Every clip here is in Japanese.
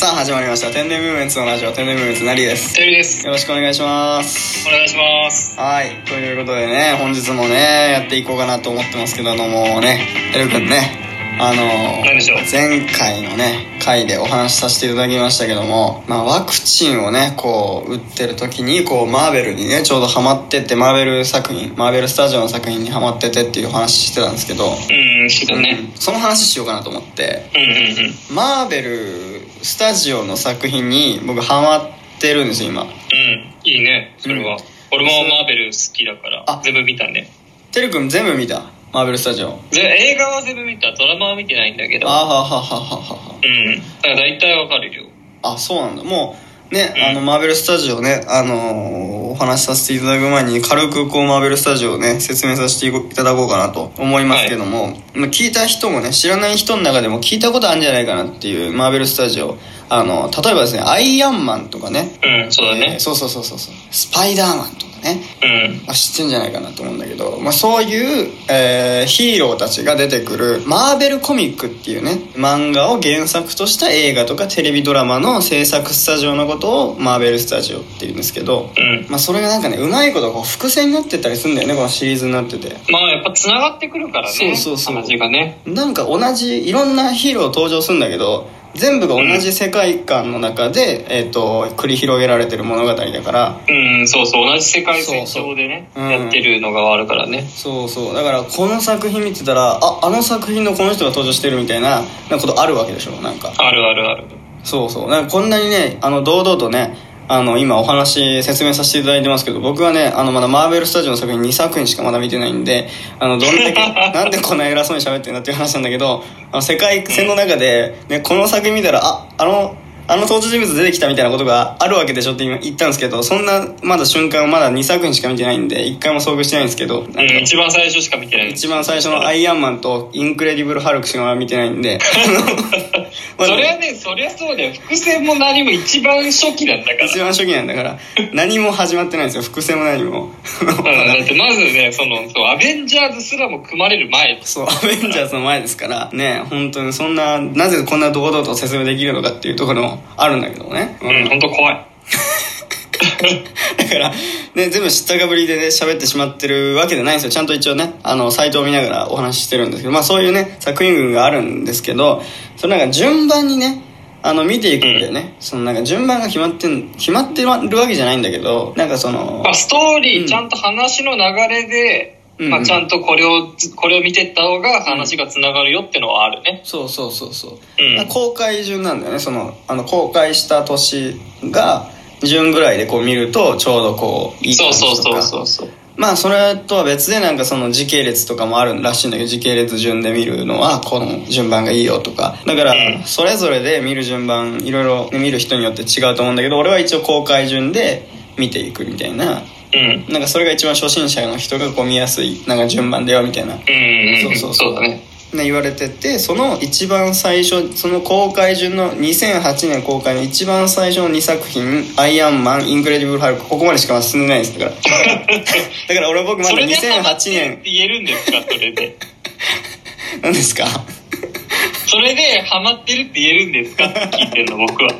始まりました天然ムーブメンツのラジオ天然ムーブメンツなりですテリーです。よろしくお願いしますお願いします。はいということでね本日もねやっていこうかなと思ってますけどもねエル君ねあの何でしょう前回のね回でお話しさせていただきましたけども、まあ、ワクチンをねこう打ってる時にこうマーベルにねちょうどハマっててマーベル作品マーベルスタジオの作品にハマっててっていうお話してたんですけど、うん、そうだね。うんその話しようかなと思ってうんうんうん。マーベルスタジオの作品に僕ハマってるんですよ今うん、いいね、それは。うん俺もマーベル好きだからあ、全部見たね。てるくん全部見たマーベルスタジオぜ映画は全部見た、ドラマは見てないんだけあど。はははははうん。だから大体わかるよ。はあそうなんだもうね、うんあのマーベルスタジオねあのーお話しさせていただく前に軽くこうマーベルスタジオをね説明させていただこうかなと思いますけども、まあ聞いた人もね知らない人の中でも聞いたことあるんじゃないかなっていうマーベルスタジオあの例えばですねアイアンマンとかねうん、そうえだーね。そうそうそうそうそうスパイダーマンとかねうん。まあ、知ってんじゃないかなと思うんだけど、まあ、そういう、えーヒーローたちが出てくるマーベルコミックっていうね漫画を原作とした映画とかテレビドラマの制作スタジオのことをマーベルスタジオっていうんですけど、うん。まあ、それがなんかねうまいことこう伏線になってたりするんだよねこのシリーズになってて。まあやっぱ繋がってくるからね。そうそうそう話がね。なんか同じいろんなヒーロー登場するんだけど全部が同じ世界観の中で、えー、と繰り広げられてる物語だからうん、そうそう、同じ世界線そうそう上でね、うんやってるのがあるからね。そうそうだからこの作品見てたらああの作品のこの人が登場してるみたいななんかことあるわけでしょなんかあるあるある。そうそうなんかこんなにねあの堂々とねあの今お話説明させていただいてますけど僕はねあのまだマーベルスタジオの作品2作品しかまだ見てないんであのどんだけ なんでこんな偉そうに喋ってるんだっていう話なんだけどあの世界線の中で、ね、この作品見たらああのあの登場人物出てきたみたいなことがあるわけでしょって今言ったんですけどそんなまだ瞬間をまだ2作品しか見てないんで1回も遭遇してないんですけどなんうかん、一番最初しか見てない。一番最初のアイアンマンとインクレディブル・ハルクしか見てないんで そりゃね、そりゃそうだよ。伏線も何も一番初期なんだから一。番初期なんだから何も始まってないんですよ伏線も何もうんだってまずねそのそうアベンジャーズすらも組まれる前そうアベンジャーズの前ですからね本当にそんななぜこんな堂々と説明できるのかっていうところもあるんだけどね、ううんん本当怖いだから、ね、全部知ったかぶりでね、喋ってしまってるわけじゃないんですよ。ちゃんと一応ね、あの、サイトを見ながらお話ししてるんですけど、まあそういうね、作品群があるんですけど、そのなんか順番にね、あの、見ていくんだよね。そのなんか順番が決まってん、決まってるわけじゃないんだけど、なんかそのまあ、ストーリうんーちゃんと話の流れで、うんまあ、ちゃんとこれをこれを見てった方が話がつながるよってのはあるねそうそうそうそう、うんまあ公開順なんだよねそのあの公開した年が順ぐらいでこう見るとちょうどこういいそ感うじそうとそうかそうそうまあそれとは別でなんかその時系列とかもあるらしいんだけど時系列順で見るのはこの順番がいいよとかだからうんそれぞれで見る順番いろいろ見る人によって違うと思うんだけど俺は一応公開順で見ていくみたいなうんうんなんかそれが一番初心者の人がこう見やすいなんか順番だよみたいなうんそううんそうそうだねね、言われててその一番最初その公開順の2008年公開の一番最初の2作品「アイアンマン」「インクレディブル・ハルク」ここまでしか進んでないんですだから だから俺僕まだそれで2008って年言えるんですかそれでなんですかそれでハマってるって言えるんですかって聞いてんの 僕は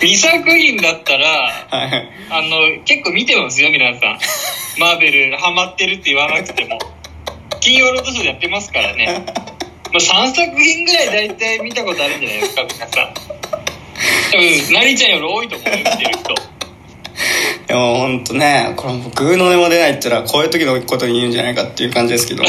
2作品だったらはいはいあの、結構見てますよ、皆 さん。マーベル、ハマってるって言わなくても。金曜ロードショーでやってますからね。まあ、3作品ぐらい大体見たことあるんじゃないですか、皆さん。多分、なりちゃんより多いと思うよ、見てる人。でも本当ねこれもうグーの音も出ないって言ったらこういう時のことに言うんじゃないかっていう感じです けども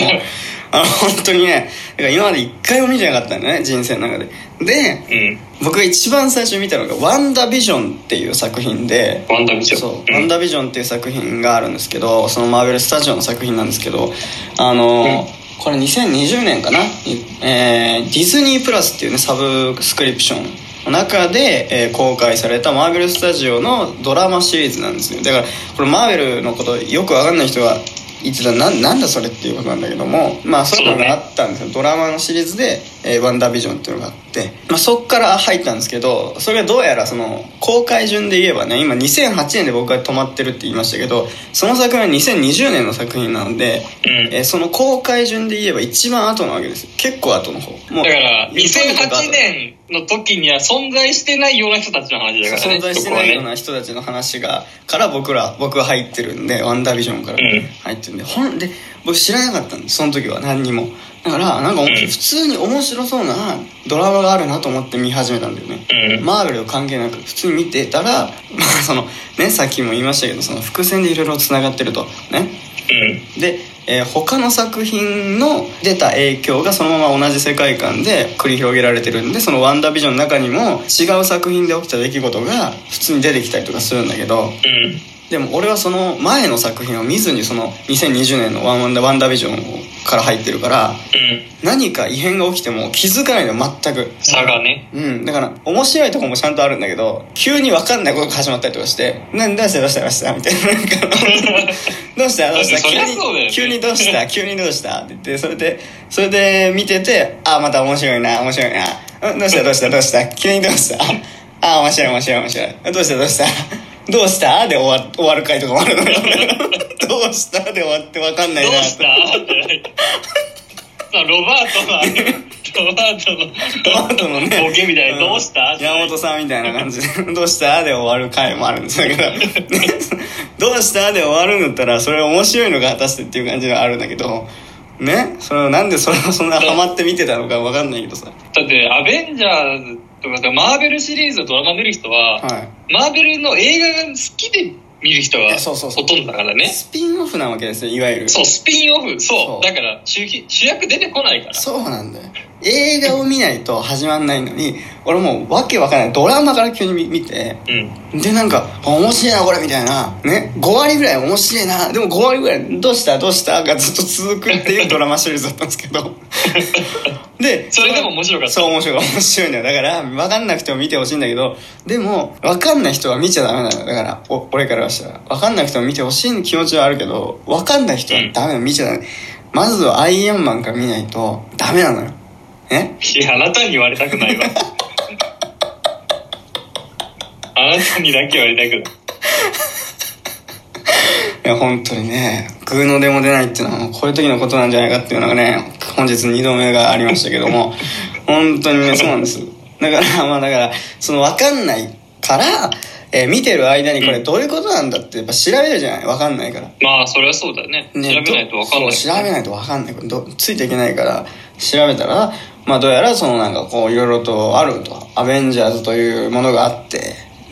あの本当にねだから今まで一回も見てなかったんだよね人生の中ででうん。僕が一番最初に見たのが「ワンダービジョン」っていう作品でワンダービジョン。そう「ワンダービジョン」っていう作品があるんですけどそのマーベル・スタジオの作品なんですけどあのーうんこれ2020年かな、にえーディズニープラスっていうねサブスクリプションの中で、えー公開されたマーベル・スタジオのドラマシリーズなんですよだからこれマーベルのことよくわかんない人が言ってたらななんだそれっていうことなんだけどもまあそういうのがあったんですよ、ドラマのシリーズで「えーワンダービジョン」っていうのがあって、まあ、そっから入ったんですけどそれがどうやらその公開順で言えばね今2008年で僕が止まってるって言いましたけどその作品は2020年の作品なので、うんえーその公開順で言えば一番後なわけですよ結構後の方もだから、日本とか2008年の時には存在してないような人たちの話だからね。存在してないようそこはねな人たちの話が、から僕ら、僕は入ってるんで、ワンダービジョンからうん入ってるんで、ほんで、僕知らなかったんです、その時は何にも。だから、なんか、うん普通に面白そうなドラマがあるなと思って見始めたんだよね。うん。マーベルと関係なく、普通に見てたら、まあ、その、ね、さっきも言いましたけど、その伏線でいろいろ繋がってると。ね。うん。で、えー他の作品の出た影響がそのまま同じ世界観で繰り広げられてるんでその「ワンダービジョン」の中にも違う作品で起きた出来事が普通に出てきたりとかするんだけどうん。でも俺はその前の作品を見ずにその2020年のワンワンダ「ワンダービジョン」から入ってるからうん。何か異変が起きても気づかないのよ全く。差がね。うん、だから面白いとこもちゃんとあるんだけど急に分かんないことが始まったりとかして「なんどうしたどうしたどうした?」みたいななんか どうしたどうしただってそりゃそうだよね急に急にどう した急にどうしたって言ってそれでそれで見ててあまた面白いな面白いなうんどうしたどうしたどうした急にどうしたあ面白い面白い面白いどうしたどうしたどうしたで終わ終わる回とかもあるの よどうしたで終わって分かんなどういなした そのロバートのあの、ロバートの、トマトのねボケみたいな、うんどうした山本さんみたいな感じ で「どうした?」で終わる回もあるんですけど「どう した?」で終わるんだったらそれ面白いのが果たしてっていう感じがあるんだけどねそれをなんでそれをそんなハマって見てたのかわかんないけどさだって、アベンジャーズとかさ、マーベルシリーズのドラマ見る人は、はマーベルの映画が好きで見る人いがやそうそうそほうとんどだからいね。スピンオフなわけですよいわゆるそう、スピンオフ。そそう。うだから主役、主役出てこないから。そうなんだよ映画を見ないと始まんないのに俺もうわけわかんないドラマから急に見見てうん。でなんかあ面白いなこれみたいなね5割ぐらい面白いなでも5割ぐらいどうしたどうしたがずっと続くっていうドラマシリーズだったんですけ どでそれでも面白かったそう面白い面白いんだよだから分かんなくても見てほしいんだけどでも分かんない人は見ちゃダメなのよだからお俺からしたら分かんなくても見てほしい気持ちはあるけど分かんない人はダメなの見ちゃダメまずはアイアンマンから見ないとダメなのよねいや、あなたに言われたくな いわ。あなたにだけ言われたくない。いや、本当にね、グーの出も出ないっていうのは、もうこういう時のことなんじゃないかっていうのがね、本日2度目がありましたけど も、本当にね、そうなんです。だから、まあだから、その分かんないから、えー見てる間にこれどういうことなんだって、やっぱ調べるじゃない分かんないから。まあ、それはそうだね。ね調べないとわかんない、どそう調べないと分かんないどついていけないから調べたらまあどうやらそのなんかこういろいろとあるとアベンジャーズというものがあって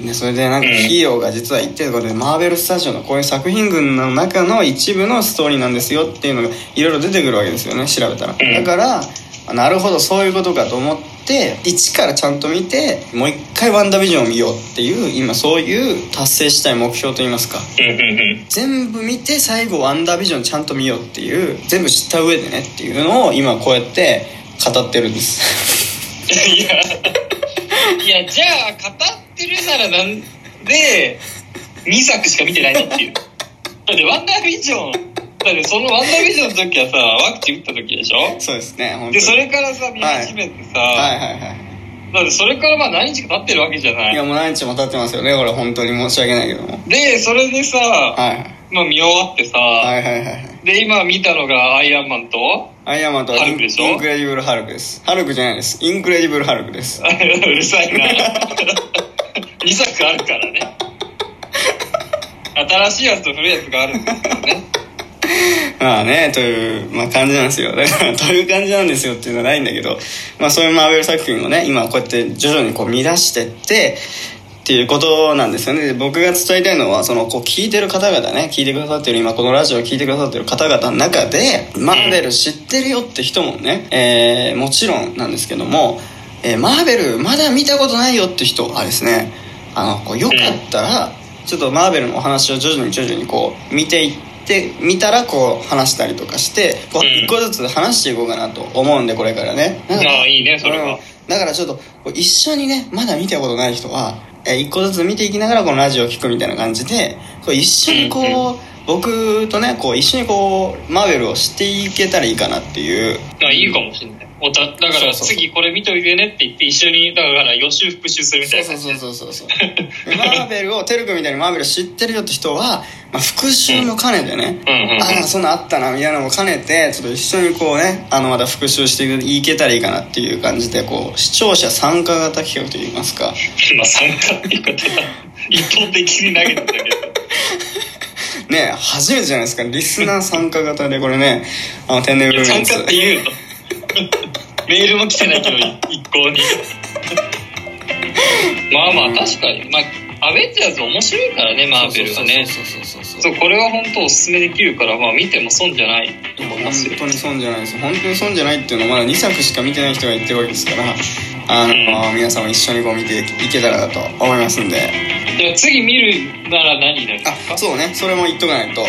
でそれでなんかうんヒーローが実は言ってることで、マーベルスタジオのこういう作品群の中の一部のストーリーなんですよっていうのがいろいろ出てくるわけですよね調べたら、んだからあなるほどそういうことかと思って一からちゃんと見てもう一回ワンダービジョンを見ようっていう今そういう達成したい目標といいますかうんうんうん。全部見て最後ワンダービジョンちゃんと見ようっていう全部知った上でねっていうのを今こうやって語ってるんです いや、いや、じゃあ、語ってるならなんで、2作しか見てないのっていう。だって、ワンダービジョン、だってそのワンダービジョンの時はさ、ワクチン打った時でしょそうですね本当にで、それからさ、見始めてさ、はいはいはいだってそれからまあ何日か経ってるわけじゃないい。やもう何日も経ってますよねこれ本当に申し訳ないけどもで、それでさ、はいまあ見終わってさ、はいはいはいはいで、今見たのがアイアンマンと、アイアンマンとはハイルンクイでしょンクレディブルハルクですハルクじゃないですインクレディブルハルクです うるさいな。2作あるからね。新しいやつと古いやつがあるんですけどね。まあねという、まあ、感じなんですよだからという感じなんですよっていうのはないんだけど、まあ、そういうマーベル作品をね今こうやって徐々にこう見出してってっていうことなんですよねで僕が伝えたいのはそのこう聞いてる方々ね聞いてくださってる今このラジオを聞いてくださってる方々の中でマーベル知ってるよって人もね、えーもちろんなんですけども、えーマーベルまだ見たことないよって人はですねあのこうよかったらちょっとマーベルのお話を徐々に徐々にこう見ていって見たらこう話したりとかしてこううん一個ずつ話していこうかなと思うんでこれからねなんかああ、いいね、それは。うんだからちょっとこう一緒にねまだ見たことない人はえー一個ずつ見ていきながらこのラジオを聞くみたいな感じでこう一緒にこう、僕とねこう一緒にこうマーベルを知っていけたらいいかなっていうまあいいかもしれない。おただかそうらそう次これ見といてねって言って一緒にだから予習復習するみたそいうなそ感うじそうそうそう そうマーベルをテル君みたいにマーベル知ってるよって人は、まあ、復習も兼ねてね、うんうんうんあなんかそんなんあったなみたいなのも兼ねてちょっと一緒にこうねあのまた復習していけたらいいかなっていう感じでこう視聴者参加型企画といいますかまあ参加っていうことは一方的に投げてたけどね初めてじゃないですかリスナー参加型でこれねあの天然文参物加って言うのメールも来てないけど一向 にまあまあ確かにまあアベンジャーズ面白いからねマーベルはねそうそうそうそうそうそうこれは本当おすすめできるからまあ見ても損じゃないと思います本よ当に損じゃないです本当に損じゃないっていうのはまだ2作しか見てない人が言ってるわけですからあの、皆さんも一緒にこう見ていけたらなと思いますんででは次見るなら何になるあそうねそれも言っとかないと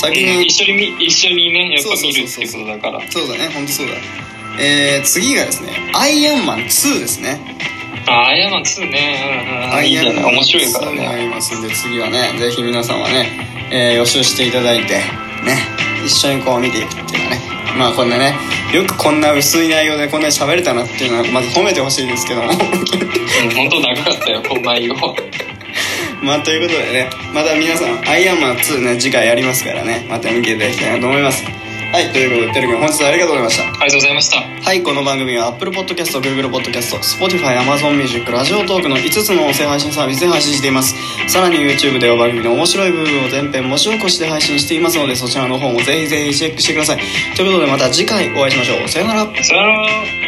先うんに一緒に見一緒にねやっぱ見るっそうそうてそういうこそうとだからそうだね本当そうだえー、次がですね「アイアンマン2」ですねあアイアンマン2ねうんうんアいいイじアゃンなマいン面白いから2があねりますんで次はねぜひ皆さんはね、えー予習していただいてね一緒にこう見ていくっていうのはねまあこんなねよくこんな薄い内容でこんなに喋れたなっていうのはまず褒めてほしいですけども うん本当長かったよこの内容まあということでねまた皆さん「アイアンマン2」ね次回やりますからねまた見ていただきたいなと思いますはいということでてるくん本日はありがとうございましたありがとうございましたはい、この番組は Apple Podcast、Google Podcast、Spotify、Amazon Music、ラジオトークの5つの音声配信サービスで配信しています。さらに YouTube では番組の面白い部分を全編文字起こしで配信していますので、そちらの方もぜひぜひチェックしてください。ということでまた次回お会いしましょう。さよなら。さよなら